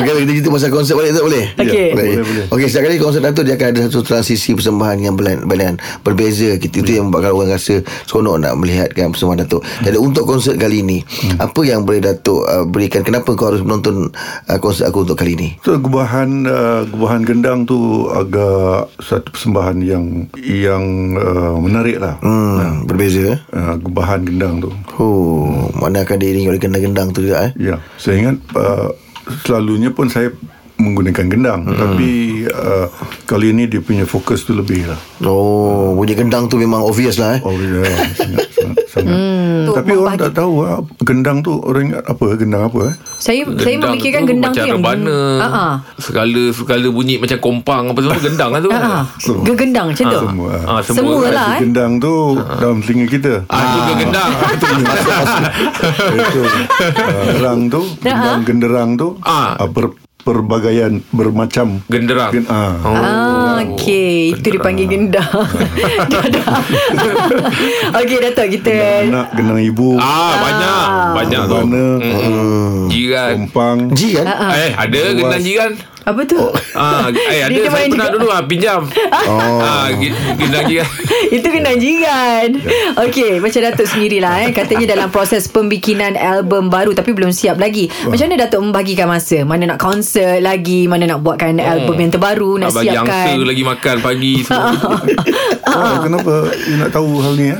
Speaker 4: Okey kita cerita pasal konsert balik tak boleh?
Speaker 2: Okey.
Speaker 4: Boleh.
Speaker 6: Boleh, boleh.
Speaker 4: Okey setiap kali konsert Datuk dia akan ada satu transisi persembahan yang belain, belain berbeza kita itu yang membuatkan orang rasa seronok nak melihatkan persembahan Datuk. Jadi untuk konsert kali ini apa yang boleh Datuk uh, berikan kenapa kau harus menonton uh, konsert aku untuk kali ini?
Speaker 6: So gubahan uh, gubahan gendang tu agak satu persembahan yang yang uh, menarik lah.
Speaker 4: Hmm berbeza eh?
Speaker 6: Uh, gubahan gendang tu.
Speaker 4: Oh mana akan diiringi oleh gendang-gendang tu juga eh?
Speaker 6: Ya, saya ingat uh, selalunya pun saya menggunakan gendang hmm. tapi uh, kali ini dia punya fokus tu lebih lah.
Speaker 4: Oh bunyi gendang tu memang obvious lah eh?
Speaker 6: Oh ya, <laughs> sangat, sangat, sangat.
Speaker 2: Hmm.
Speaker 6: Tapi orang tak tahu ah, gendang tu orang ingat apa gendang apa eh?
Speaker 2: Saya saya memikirkan
Speaker 3: tu
Speaker 2: gendang tu
Speaker 3: macam
Speaker 2: yang
Speaker 3: rebana
Speaker 2: Ah, ah.
Speaker 3: Segala-segala bunyi Macam kompang Apa semua Gendang lah tu
Speaker 2: Ah, ah. Gegendang macam tu.
Speaker 6: Semua. ah.
Speaker 3: Ah,
Speaker 2: Semua lah. eh?
Speaker 6: Gendang tu dalam telinga kita.
Speaker 3: Ah, itu ke gendang
Speaker 6: Itu ah, gerang
Speaker 2: <laughs>
Speaker 6: tu, gendang genderang tu
Speaker 3: Ah.
Speaker 6: ah, ber, perbagaian bermacam.
Speaker 3: Genderang
Speaker 6: Gen, ah.
Speaker 3: Oh.
Speaker 2: Ah, okey. Itu dipanggil gendang.
Speaker 6: <laughs>
Speaker 2: Dah, dah. <laughs> okey, Datuk kita...
Speaker 6: Anak gendang ibu.
Speaker 3: <laughs>
Speaker 6: eh,
Speaker 3: Ah, banyak Banyak tu
Speaker 6: Mana
Speaker 3: Jiran
Speaker 6: kompang.
Speaker 4: G Hmm. kan?
Speaker 3: Eh ada gendang jiran
Speaker 2: Apa tu?
Speaker 6: Oh.
Speaker 3: Ah, eh
Speaker 2: Ah. Dia-
Speaker 3: ada
Speaker 2: dia
Speaker 3: saya
Speaker 2: main
Speaker 3: pernah
Speaker 2: juga.
Speaker 3: dulu ah pinjam. Oh. Ah, ge- gendang jiran.
Speaker 2: Itu kena jiran
Speaker 3: Ya.
Speaker 2: Okey Macam Datuk sendirilah eh Katanya dalam proses Pembikinan album baru Tapi belum siap lagi Macam mana Datuk membagikan masa Mana nak konsert lagi Mana nak buatkan album yang terbaru <laughs> Nak
Speaker 3: Hmm. Nak bagi
Speaker 2: siapkan
Speaker 3: angsa lagi makan pagi semua.
Speaker 6: Ah, kenapa you nak tahu hal
Speaker 2: <laughs>
Speaker 6: ni? Eh?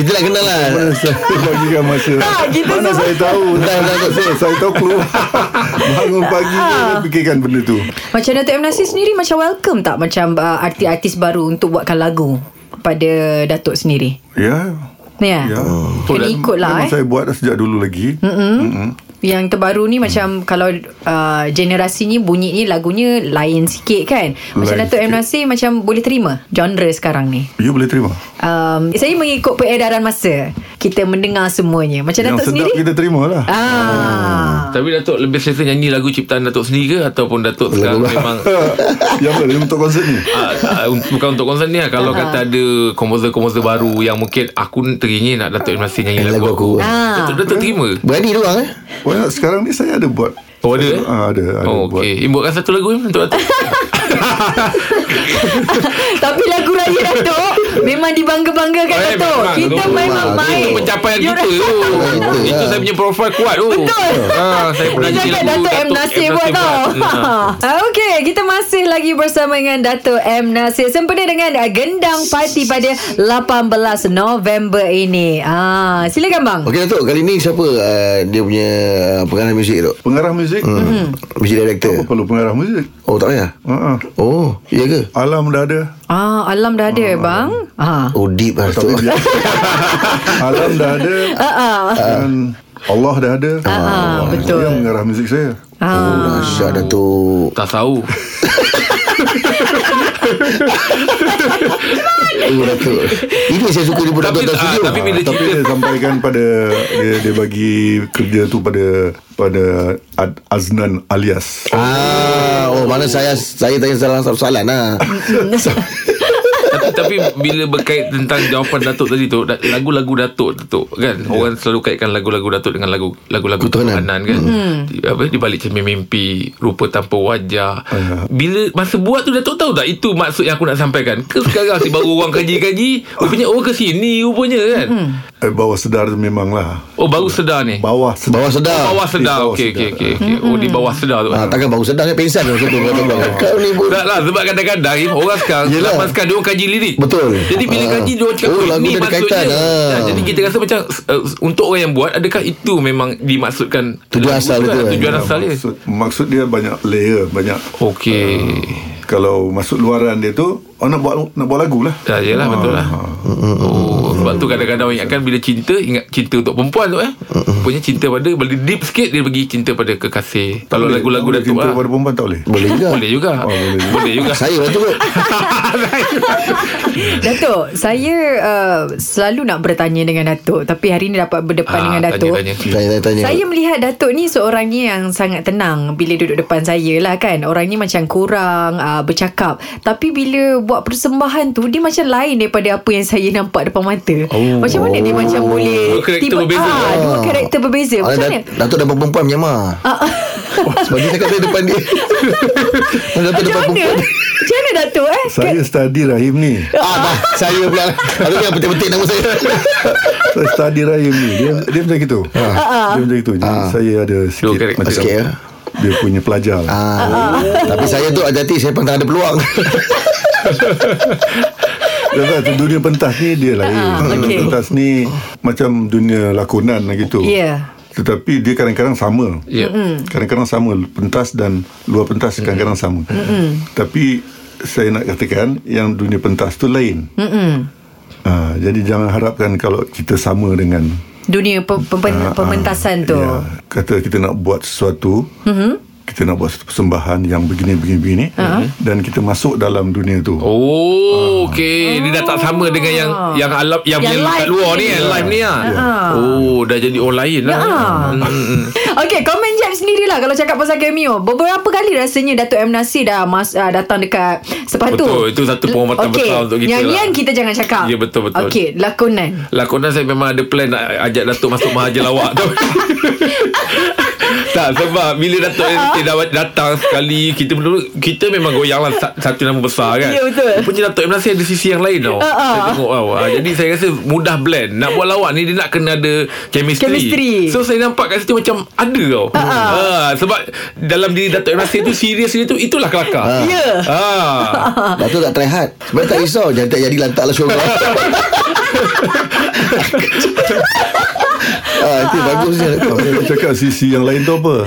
Speaker 4: Kita nak kenal lah
Speaker 6: Mana saya bagikan masa
Speaker 2: Tak, kita
Speaker 6: Mana
Speaker 2: semua-
Speaker 6: saya
Speaker 2: <laughs>
Speaker 6: tahu
Speaker 4: Dah, dah, dah.
Speaker 6: saya, saya tahu keluar <laughs> Bangun pagi
Speaker 2: Ah.
Speaker 6: Dia fikirkan benda tu
Speaker 2: Macam Datuk M. Nasir sendiri Macam welcome tak Macam uh, artis-artis baru Untuk buatkan lagu Pada Datuk sendiri
Speaker 6: Ya
Speaker 2: Ya yeah.
Speaker 6: Ya
Speaker 2: Kena ikut lah eh Hmm.
Speaker 6: Memang
Speaker 3: Hmm.
Speaker 6: saya buat dah sejak dulu lagi Mm-mm. Mm-mm.
Speaker 2: yang terbaru ni macam kalau uh, generasi ni bunyi ni lagunya lain sikit kan. Macam
Speaker 6: Lain
Speaker 2: Dato' M.
Speaker 6: sikit.
Speaker 2: Nasir macam boleh terima genre sekarang ni.
Speaker 6: You boleh terima
Speaker 2: Um, saya mengikut peredaran masa. Kita mendengar semuanya. Macam
Speaker 6: Yang
Speaker 2: Dato'
Speaker 6: sedap
Speaker 2: sendiri.
Speaker 6: kita terima lah
Speaker 2: Ah.
Speaker 3: Tapi Datuk lebih selesa nyanyi lagu ciptaan Datuk sendiri ke ataupun Datuk sekarang memang
Speaker 6: Yang boleh ya, untuk konsert ni
Speaker 3: Ah, ah, un- bukan untuk konsert ni lah Kalau kata ada Komposer-komposer baru Yang mungkin Aku teringin nak Datuk Ibn Nasir Nyanyi
Speaker 4: Yang
Speaker 3: Eh, lagu
Speaker 4: lagu
Speaker 3: aku
Speaker 4: aku.
Speaker 2: Ah.
Speaker 3: <laughs> Datuk, Datuk terima
Speaker 4: Berani dia orang eh
Speaker 6: Banyak sekarang ni saya ada buat
Speaker 3: Oh ada eh?
Speaker 6: Ah, ada, ada
Speaker 3: Oh
Speaker 6: buat.
Speaker 3: okey Im buatkan satu lagu Im
Speaker 2: <laughs>
Speaker 3: Untuk Datuk Eh,
Speaker 2: Tapi lagu raya Datuk memang dibangga-banggakan
Speaker 3: Eh,
Speaker 2: Datuk.
Speaker 3: memang,
Speaker 2: Kita
Speaker 3: tu.
Speaker 2: memang
Speaker 6: Ah,
Speaker 4: Memang,
Speaker 2: baik.
Speaker 4: tu
Speaker 3: Pencapaian
Speaker 2: You
Speaker 3: kita tu
Speaker 4: Kita
Speaker 6: ya.
Speaker 3: Itu
Speaker 4: lah.
Speaker 3: saya punya profil kuat tu
Speaker 2: Betul.
Speaker 3: ah, Saya pernah
Speaker 2: Dia
Speaker 3: nyanyi
Speaker 2: cakap
Speaker 3: lagu
Speaker 2: Dato' M. Nasir buat tau
Speaker 3: buat. Ah.
Speaker 2: Okey Kita masih lagi bersama dengan Dato' M. Nasir Sempena dengan uh, Gendang Parti pada 18 November ini ah, Silakan bang
Speaker 4: Hmm.
Speaker 6: Oh.
Speaker 4: Okey Datuk Kali ni siapa uh, Dia punya uh, Pengarah muzik Datuk
Speaker 6: Pengarah muzik hmm.
Speaker 4: hmm. Muzik director
Speaker 6: Apa perlu pengarah muzik
Speaker 4: Oh tak payah
Speaker 6: uh-huh.
Speaker 4: Oh Ya ke
Speaker 6: Alam dah ada
Speaker 2: ah, Alam dah ada bang ah.
Speaker 4: Oh deep lah
Speaker 6: Tapi
Speaker 4: Datuk
Speaker 6: biar Alam dah ada
Speaker 2: <laughs>
Speaker 6: uh-uh. Dan Allah dah ada
Speaker 2: Ah, betul.
Speaker 6: Yang mengarah muzik saya <laughs>
Speaker 4: Oh
Speaker 2: Ah.
Speaker 4: Masya Datuk
Speaker 3: Tak tahu
Speaker 4: Oh Datuk Ini saya suka Dia pun
Speaker 3: Tapi,
Speaker 4: Datuk tak
Speaker 3: ah,
Speaker 4: setuju
Speaker 3: tapi bila cerita
Speaker 6: tapi dia sampaikan pada dia, dia bagi kerja tu pada pada Ad, Aznan alias
Speaker 4: Ah, oh mana saya saya tanya salah satu soalan lah.
Speaker 3: tapi, tapi bila berkait tentang jawapan Datuk tadi tu da- lagu-lagu Datuk Datuk kan yeah. orang selalu kaitkan lagu-lagu Datuk dengan lagu lagu-lagu
Speaker 4: Ketuhanan.
Speaker 3: ketuhanan kan hmm. di, apa di balik cermin mimpi rupa tanpa wajah bila masa buat tu Datuk tahu tak itu maksud yang aku nak sampaikan ke sekarang si baru orang kaji-kaji rupanya oh ke sini rupanya kan hmm.
Speaker 6: eh, bawah sedar tu memanglah
Speaker 3: oh baru sedar ni
Speaker 6: bawah sedar
Speaker 4: Bawah sedar.
Speaker 3: bawah sedar
Speaker 6: Di bawah
Speaker 3: okey okey
Speaker 6: sedar.
Speaker 3: okey okey. oh di bawah sedar tu
Speaker 4: Ah, takkan bawah sedar kan pingsan tu tu. Kau ni pun
Speaker 3: tak lah sebab kadang-kadang Im, orang sekarang
Speaker 4: Yelah.
Speaker 3: Zaman sekarang dia orang kaji lirik
Speaker 4: Betul.
Speaker 3: Jadi bila
Speaker 4: Ah.
Speaker 3: kaji dia orang cakap
Speaker 4: Oh,
Speaker 3: "Oi,
Speaker 4: lagu
Speaker 3: ni
Speaker 4: dia ada
Speaker 3: maksudnya."
Speaker 4: kaitan, ah.
Speaker 3: Nah, Jadi kita rasa macam uh, Untuk orang yang buat Adakah itu memang dimaksudkan
Speaker 4: Tujuan asal
Speaker 3: Bukan,
Speaker 4: dia tu,
Speaker 3: Tujuan
Speaker 4: eh.
Speaker 3: asal dia
Speaker 6: maksud, maksud dia banyak layer banyak
Speaker 3: Okey
Speaker 6: kalau masuk luaran dia tu oh, nak buat nak buat lagu lah
Speaker 3: Ya, yelah betul lah Oh, sebab tu kadang-kadang orang ingatkan bila cinta ingat cinta untuk perempuan tu eh. Punya cinta pada bila deep sikit dia bagi cinta pada kekasih. Kalau
Speaker 6: Boleh-
Speaker 3: lagu-lagu
Speaker 6: boleh
Speaker 3: Datuk
Speaker 6: cinta
Speaker 3: lah.
Speaker 6: pada perempuan tak boleh
Speaker 4: boleh juga.
Speaker 3: Boleh juga. <laughs>
Speaker 6: Oh, boleh juga.
Speaker 3: Boleh juga.
Speaker 4: Saya lah tu kot.
Speaker 2: Datuk Saya uh, selalu nak bertanya dengan Datuk Tapi hari ni dapat berdepan
Speaker 3: Ah,
Speaker 2: dengan Datuk
Speaker 3: tanya-tanya.
Speaker 4: Tanya-tanya.
Speaker 2: Saya melihat Datuk ni seorang ni yang sangat tenang bila duduk depan saya lah kan. Orang ni macam kurang uh, bercakap. Tapi bila buat persembahan tu dia macam lain daripada apa yang saya nampak depan mata. Oh. Macam mana dia macam boleh
Speaker 3: Dua Oh, karakter berbeza.
Speaker 2: Ah, dua karakter berbeza.
Speaker 4: Ah,
Speaker 2: Macam
Speaker 4: Dat-
Speaker 2: mana? Ah.
Speaker 4: Datuk dapat perempuan menyamar. Sebab dia cakap saya depan
Speaker 2: <laughs>
Speaker 4: dia. Datuk
Speaker 2: Macam
Speaker 4: depan
Speaker 2: mana?
Speaker 4: perempuan.
Speaker 2: Macam mana Datuk eh?
Speaker 6: saya study Rahim ni
Speaker 4: Ah, bah, saya pula. Aduh yang petik-petik nama saya.
Speaker 6: saya study Rahim ni dia, dia macam gitu dia macam gitu Jadi saya ada sikit
Speaker 3: karakter.
Speaker 6: macam
Speaker 4: Sikit, ya?
Speaker 6: dia punya pelajar lah
Speaker 4: Ah, tapi saya tu hati-hati saya pun tak ada peluang.
Speaker 6: Dia kata Ya, dunia pentas ni dia lain.
Speaker 2: Ah,
Speaker 6: Dunia
Speaker 2: okey.
Speaker 6: pentas ni macam dunia lakonan lah gitu.
Speaker 2: Ya.
Speaker 6: Tetapi dia kadang-kadang sama.
Speaker 3: Ya.
Speaker 6: Kadang-kadang sama pentas dan luar pentas kadang-kadang sama. Tapi saya nak katakan yang dunia pentas tu lain.
Speaker 2: Mm-mm.
Speaker 6: Ah, jadi jangan harapkan kalau kita sama dengan
Speaker 2: Dunia pe- pempen-
Speaker 6: ah,
Speaker 2: pementasan tu. Mm-hmm.
Speaker 6: ya, kata kita nak buat sesuatu. Kita nak buat satu persembahan yang begini begini begini
Speaker 2: Ah.
Speaker 6: dan kita masuk dalam dunia tu.
Speaker 3: Oh, okey. Dia dah tak sama dengan yang yang alam yang,
Speaker 2: Ah. Yang
Speaker 3: yang, yang kat
Speaker 2: live
Speaker 3: luar
Speaker 2: ni. Ya.
Speaker 3: ni, yang live ni ah. Oh, dah jadi orang lain lah. Hmm.
Speaker 2: Okay, komen Jeb sendirilah kalau cakap pasal cameo. Beberapa kali rasanya Datuk M. Nasir dah mas, uh, datang dekat sepatu.
Speaker 3: Betul, itu satu penghormatan
Speaker 2: Okey,
Speaker 3: besar untuk kita
Speaker 2: Nyanyian
Speaker 3: lah.
Speaker 2: kita jangan cakap.
Speaker 3: Ya, betul, betul.
Speaker 2: Okey, lakonan.
Speaker 3: Lakonan saya Lah, memang ada plan nak ajak Datuk masuk mahaja
Speaker 2: <laughs>
Speaker 3: lawak tu. tak sebab bila Datuk MNC dah datang sekali kita berdua kita memang goyang lah sa- satu nama besar kan.
Speaker 2: Ya, betul.
Speaker 3: Rupanya Datuk MNC ada sisi yang lain tau. Saya tengok wow. Ah, jadi saya rasa mudah blend. Nak buat lawak ni dia nak kena ada chemistry.
Speaker 2: Chemistry.
Speaker 3: So saya nampak kat situ macam ada tau. Ah, sebab dalam diri Datuk MNC tu serius dia tu itulah kelakar.
Speaker 2: Ya.
Speaker 3: Ah.
Speaker 2: <laughs>
Speaker 4: Datuk tak try hard. Sebenarnya tak risau. Jadi tak jadi lah lantaklah syurga. Ah, itu bagusnya kau.
Speaker 6: Kau Eh, cakap sisi yang lain tu <laughs> apa?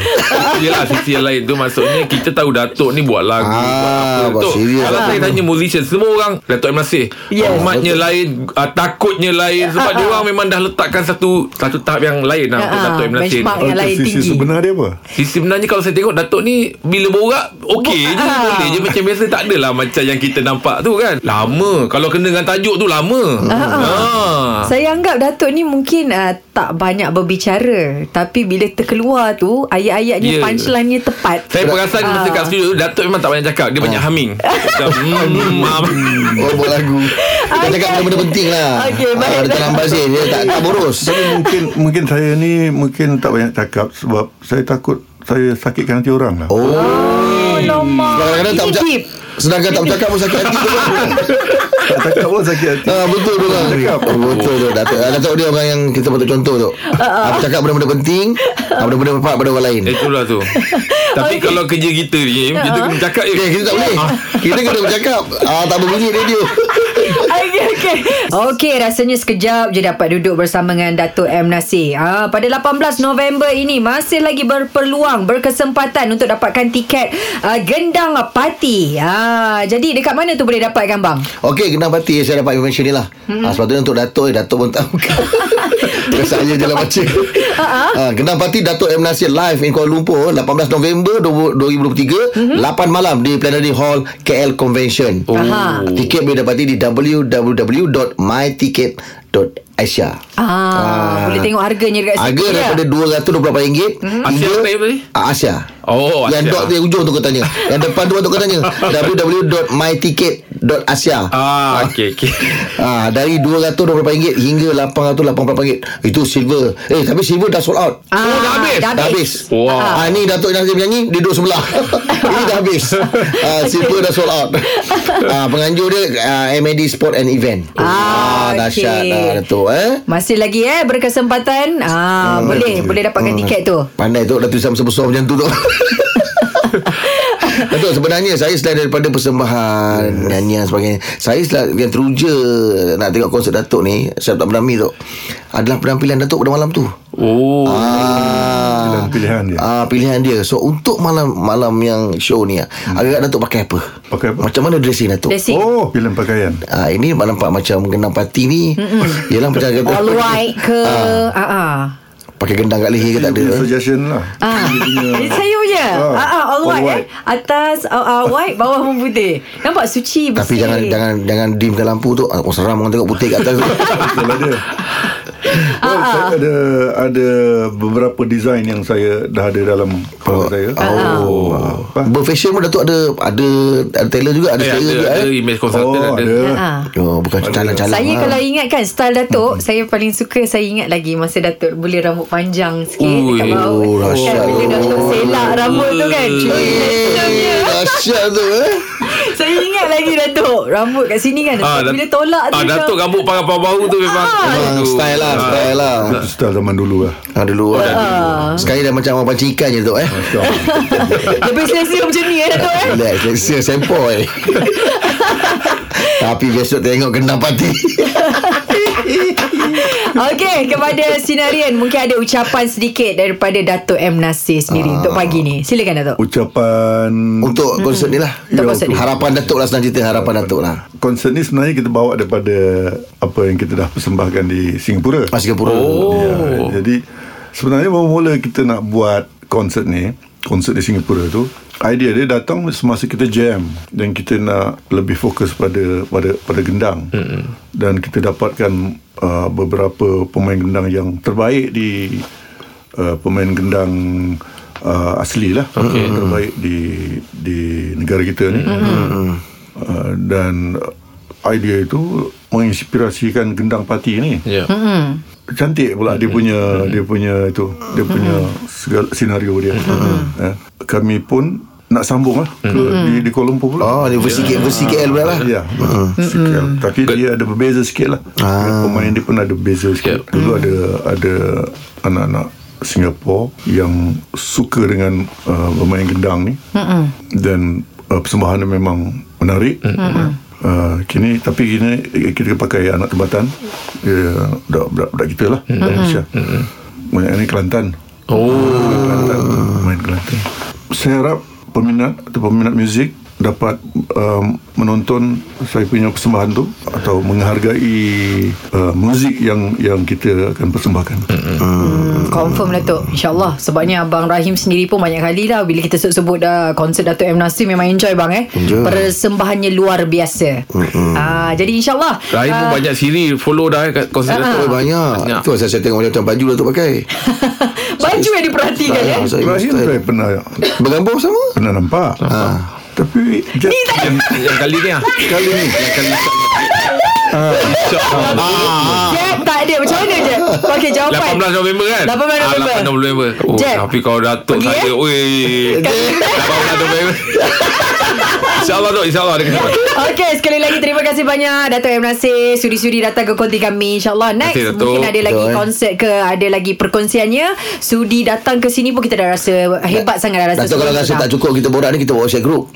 Speaker 3: Yelah sisi yang lain tu Maksudnya kita tahu Datuk ni buat lagu
Speaker 4: Ah, buat
Speaker 3: Datuk
Speaker 4: serius
Speaker 3: Kalau
Speaker 4: lah.
Speaker 3: saya tanya musician Semua orang Datuk M. Nasir
Speaker 2: Yes.
Speaker 3: Hormatnya lain ah, Takutnya lain Sebab dia orang memang dah letakkan Satu satu tahap yang lain lah Untuk
Speaker 2: Ah,
Speaker 3: Datuk M. Nasir
Speaker 2: benchmark
Speaker 3: ni.
Speaker 2: Yang lain
Speaker 6: sisi
Speaker 2: tinggi.
Speaker 6: sebenar dia apa?
Speaker 3: Sisi sebenarnya kalau saya tengok Datuk ni Bila borak Okey je
Speaker 2: Ah.
Speaker 3: Boleh je macam biasa Tak adalah macam yang kita nampak tu kan Lama Kalau kena dengan tajuk tu lama ah.
Speaker 2: Saya anggap Datuk ni mungkin uh, tak banyak berbicara Tapi bila terkeluar tu Ayat-ayatnya
Speaker 3: Ya.
Speaker 2: yeah. punchline-nya tepat
Speaker 3: Saya perasan
Speaker 4: Ah.
Speaker 3: masa kat studio tu, Datuk memang tak banyak cakap Dia banyak
Speaker 4: <laughs>
Speaker 3: humming Macam hmm, hmm.
Speaker 4: Oh buat lagu Dia cakap benda-benda penting lah
Speaker 2: Okey, baik. Ah.
Speaker 4: Ah, Dia tak lambat sih Dia tak, tak boros
Speaker 6: Tapi Eh, mungkin mungkin saya ni mungkin tak banyak cakap sebab saya takut saya sakitkan hati orang lah.
Speaker 4: Oh
Speaker 2: Oh, lama
Speaker 4: Kadang-kadang tak
Speaker 2: Ini
Speaker 4: bercakap
Speaker 2: deep
Speaker 4: Sedangkan tak bercakap pun sakit hati pun
Speaker 6: Tak cakap pun sakit hati.
Speaker 4: Ha, betul tu orang.
Speaker 6: Cakap.
Speaker 4: Oh, betul tu. Datuk, Ah, Datuk dia orang yang kita patut contoh tu. Aku cakap benda-benda penting, ah, benda-benda bermanfaat pada orang lain.
Speaker 3: Itulah
Speaker 2: <laughs>
Speaker 3: tu Tapi okay. kalau kerja kita ni uh-huh.
Speaker 2: Ha.
Speaker 3: Kita kena cakap je
Speaker 4: Okay, Eh, kita tak boleh.
Speaker 3: ah.
Speaker 2: Ah.
Speaker 4: Kita kena bercakap. Ah, tak berbunyi radio.
Speaker 2: Okey okey. Okey rasanya sekejap je dapat duduk bersama dengan Datuk M Nasir. Ah pada 18 November ini masih lagi berpeluang berkesempatan untuk dapatkan tiket ah, gendang parti. Ah jadi dekat mana tu boleh dapatkan bang?
Speaker 4: Okey, kenapa hati saya dapat information ni lah. Hmm. Ha, sebab tu untuk Datuk, eh, Datuk pun tak buka. Saya je lah baca ha, Kenang Parti Datuk M. Nasir Live in Kuala Lumpur 18 November 20- 2023 8 malam di Plenary Hall KL Convention oh.
Speaker 2: Aha.
Speaker 4: Tiket boleh dapati di www.myticket.asia
Speaker 2: Ah, boleh tengok harganya dekat situ. ya?
Speaker 4: Harga daripada RM228 hmm.
Speaker 3: Asia apa tadi?
Speaker 4: Asia
Speaker 3: Oh
Speaker 4: yang dot di hujung tu kau tanya Yang depan tu kau
Speaker 3: <laughs>
Speaker 4: tanya www.myticket.asia
Speaker 3: Ah, okey okey.
Speaker 4: Ah, dari RM228 hingga RM888 Itu silver Eh tapi silver dah sold out
Speaker 2: Ah,
Speaker 3: Oh, dah habis?
Speaker 2: Dah
Speaker 4: Dah
Speaker 2: habis.
Speaker 4: habis
Speaker 3: Wow.
Speaker 4: ah, Ni Datuk Nasir menyanyi Dia duduk sebelah <laughs> Ini dah habis ah,
Speaker 2: <laughs>
Speaker 4: Silver dah sold out ah, Penganjur dia ah, MAD Sport and Event
Speaker 2: Ah,
Speaker 4: Dahsyat
Speaker 2: okey.
Speaker 4: lah Datuk eh Hmm.
Speaker 2: Masih lagi eh berkesempatan. Ah boleh boleh dapatkan tiket tu.
Speaker 4: Pandai tu Dah tulisan besar-besar macam tu <laughs> tu Datuk sebenarnya saya selain daripada persembahan Nyanyian sebagainya Saya selain yang teruja nak tengok konsert Datuk ni Saya tak pernah mi tu Adalah penampilan Datuk pada malam tu
Speaker 3: Oh.
Speaker 4: Ah,
Speaker 6: <laughs> Pilihan- pilihan dia.
Speaker 3: Ya.
Speaker 4: Ah, pilihan dia. So untuk malam malam yang show ni, hmm. agak Datuk pakai apa?
Speaker 6: Pakai apa?
Speaker 4: Macam mana dressing Datuk?
Speaker 2: Dressing. Oh.
Speaker 6: Oh, pilihan pakaian.
Speaker 4: Ah, ini nampak macam gendang pati ni. Mm-mm. Yalah macam kata
Speaker 2: All white ke? Ah ah.
Speaker 4: pakai gendang kat leher ke tak ada.
Speaker 6: Dia suggestion lah.
Speaker 2: Ah,
Speaker 6: Dia punya- <laughs>
Speaker 2: eh, saya punya. Ah,
Speaker 6: Ah,
Speaker 2: ah, all
Speaker 6: all
Speaker 2: white, eh.
Speaker 6: white.
Speaker 2: Atas all, all white, bawah pun putih. Nampak suci bersih.
Speaker 4: Tapi jangan jangan jangan dimkan lampu tu. Ah, Oh, seram orang tengok putih kat atas
Speaker 3: <laughs>
Speaker 4: tu.
Speaker 6: Itulah dia. Well, Oh, saya ada ada beberapa design yang saya dah ada dalam kepala saya.
Speaker 4: Oh.
Speaker 6: Apa?
Speaker 4: Berfashion pun Datuk ada ada ada tailor juga, ada
Speaker 3: Eh,
Speaker 4: eh,
Speaker 3: ada,
Speaker 4: styler juga
Speaker 3: ada
Speaker 4: eh.
Speaker 3: image consultant
Speaker 6: Oh,
Speaker 3: ada.
Speaker 6: ada.
Speaker 2: Ah.
Speaker 4: Oh, bukan calon-calon.
Speaker 2: Saya
Speaker 4: lah.
Speaker 2: kalau ingatkan style Datuk, saya paling suka saya ingat lagi masa Datuk boleh rambut panjang sikit
Speaker 3: Ui.
Speaker 2: dekat bawah.
Speaker 4: Oh,
Speaker 2: kan,
Speaker 4: dahsyat.
Speaker 2: bila Datuk selak rambut tu kan. cuy.
Speaker 4: Eh, Dahsyat tu eh.
Speaker 2: saya ingat lagi Datuk, rambut kat sini kan.
Speaker 3: Ah,
Speaker 2: Datuk,
Speaker 3: Dat-
Speaker 2: bila tolak tu Ah.
Speaker 3: ah,
Speaker 2: macam-
Speaker 3: Datuk rambut parang-parang baru tu memang
Speaker 4: Memang
Speaker 3: Aduh.
Speaker 4: style lah,
Speaker 3: Ah.
Speaker 4: style lah.
Speaker 6: Itu style zaman dulu lah.
Speaker 4: Ha, dulu
Speaker 2: Ah.
Speaker 4: kan. Sekali dah macam orang pancing ikan je tu
Speaker 3: Ah.
Speaker 4: eh.
Speaker 6: Macam
Speaker 2: Lebih selesa macam ni eh Datuk eh.
Speaker 4: Relax, leksia sempoi. Tapi besok tengok kena pati.
Speaker 2: Okey, kepada Sinarian mungkin ada ucapan sedikit daripada Datuk M Nasir sendiri untuk pagi ni. Silakan Datuk.
Speaker 6: ucapan
Speaker 4: Untuk konsert ni lah.
Speaker 2: Untuk konsert ni.
Speaker 4: Harapan Datuk lah senang cerita. Harapan Datuk lah.
Speaker 6: konsert ni sebenarnya kita bawa daripada apa yang kita dah persembahkan di Singapura.
Speaker 4: Mas Singapura.
Speaker 3: Oh.
Speaker 6: Ya, jadi sebenarnya baru mula kita nak buat konsert ni, konsert di Singapura tu, idea dia datang semasa kita jam dan kita nak lebih fokus pada pada pada gendang. Mm-hmm. Dan kita dapatkan uh, beberapa pemain gendang yang terbaik di uh, pemain gendang uh, asli lah okay. terbaik di di negara kita ni. Mm-hmm. Uh, dan idea itu menginspirasikan gendang parti ni
Speaker 3: Ya.
Speaker 2: Hmm.
Speaker 6: cantik pula dia punya dia punya itu dia punya segala senario dia. Eh, Kami pun nak sambung lah ke di di Kuala Lumpur pula.
Speaker 4: Oh, ni versi, K- versi KL pula lah.
Speaker 6: Ya, sikit. Tapi dia ada berbeza sikit lah. Pemain dia pun ada berbeza sikit. Dulu ada ada anak-anak Singapura yang suka dengan uh, bermain gendang ni. Dan uh, persembahan dia memang menarik. Uh, kini tapi kini eh, kita pakai anak tempatan dia budak-budak budak kita lah mm-hmm. Malaysia. Mm-hmm. banyak ni Kelantan
Speaker 3: Oh
Speaker 6: Kelantan main Kelantan saya harap peminat atau peminat muzik dapat um, menonton saya punya persembahan tu atau menghargai uh, muzik yang yang kita akan persembahkan.
Speaker 2: Hmm, confirm Datuk InsyaAllah Sebabnya Abang Rahim sendiri pun Banyak kali lah Bila kita sebut-sebut dah Konsert Datuk M. Nasir Memang enjoy bang eh
Speaker 4: Enjoy.
Speaker 2: Persembahannya luar biasa ah, Jadi insyaAllah
Speaker 3: Rahim pun
Speaker 2: ah,
Speaker 3: banyak siri Follow dah eh kat konsert Dato'
Speaker 4: Oh, banyak. Itu asal saya tengok macam baju Datuk pakai.
Speaker 2: <laughs> Baju yang diperhatikan ya
Speaker 4: Ah, saya
Speaker 6: Rahim saya
Speaker 4: mustahil.
Speaker 6: pernah
Speaker 4: Bergambar sama?
Speaker 6: pernah nampak. Ha. Tapi dia,
Speaker 3: yang, yang kali ni lah
Speaker 6: kali ni
Speaker 2: Jeb tak ada Macam mana Jeb Okey jawapan
Speaker 3: 18 November kan
Speaker 2: 18 November.
Speaker 3: ah, 18 November Oh
Speaker 2: Jeb.
Speaker 3: tapi kau datuk
Speaker 2: Pergi,
Speaker 3: saya
Speaker 2: eh?
Speaker 3: Ui 18
Speaker 2: <laughs>
Speaker 3: November InsyaAllah dok InsyaAllah ada kesempatan
Speaker 2: Okey sekali lagi Terima kasih banyak Datuk M. Nasir Suri-suri datang ke konti kami InsyaAllah next
Speaker 3: Terima kasih, Datuk.
Speaker 2: Mungkin ada lagi
Speaker 4: Betul, eh.
Speaker 2: konsert ke Ada lagi perkongsiannya Sudi datang ke sini pun Kita dah rasa Hebat sangat dah rasa
Speaker 4: Datuk kalau
Speaker 2: seorang
Speaker 4: rasa
Speaker 2: datang.
Speaker 4: tak cukup kita borak ni kita bawa share group.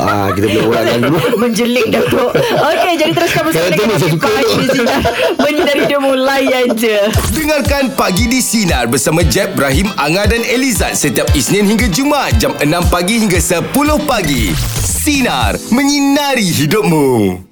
Speaker 4: ah kita boleh borak dalam group.
Speaker 2: Menjelik Datuk Okey jadi teruskan bersama
Speaker 4: Kalau tu
Speaker 2: dengan
Speaker 4: masa
Speaker 2: kami
Speaker 4: suka
Speaker 2: Pagi
Speaker 4: tu.
Speaker 2: di sini Menyinari demo layan je
Speaker 1: Dengarkan Pagi di Sinar bersama Jeb, Ibrahim, Anga dan Elizad setiap Isnin hingga Jumaat jam 6 pagi hingga 10 pagi. Sinar, menyinari hidupmu.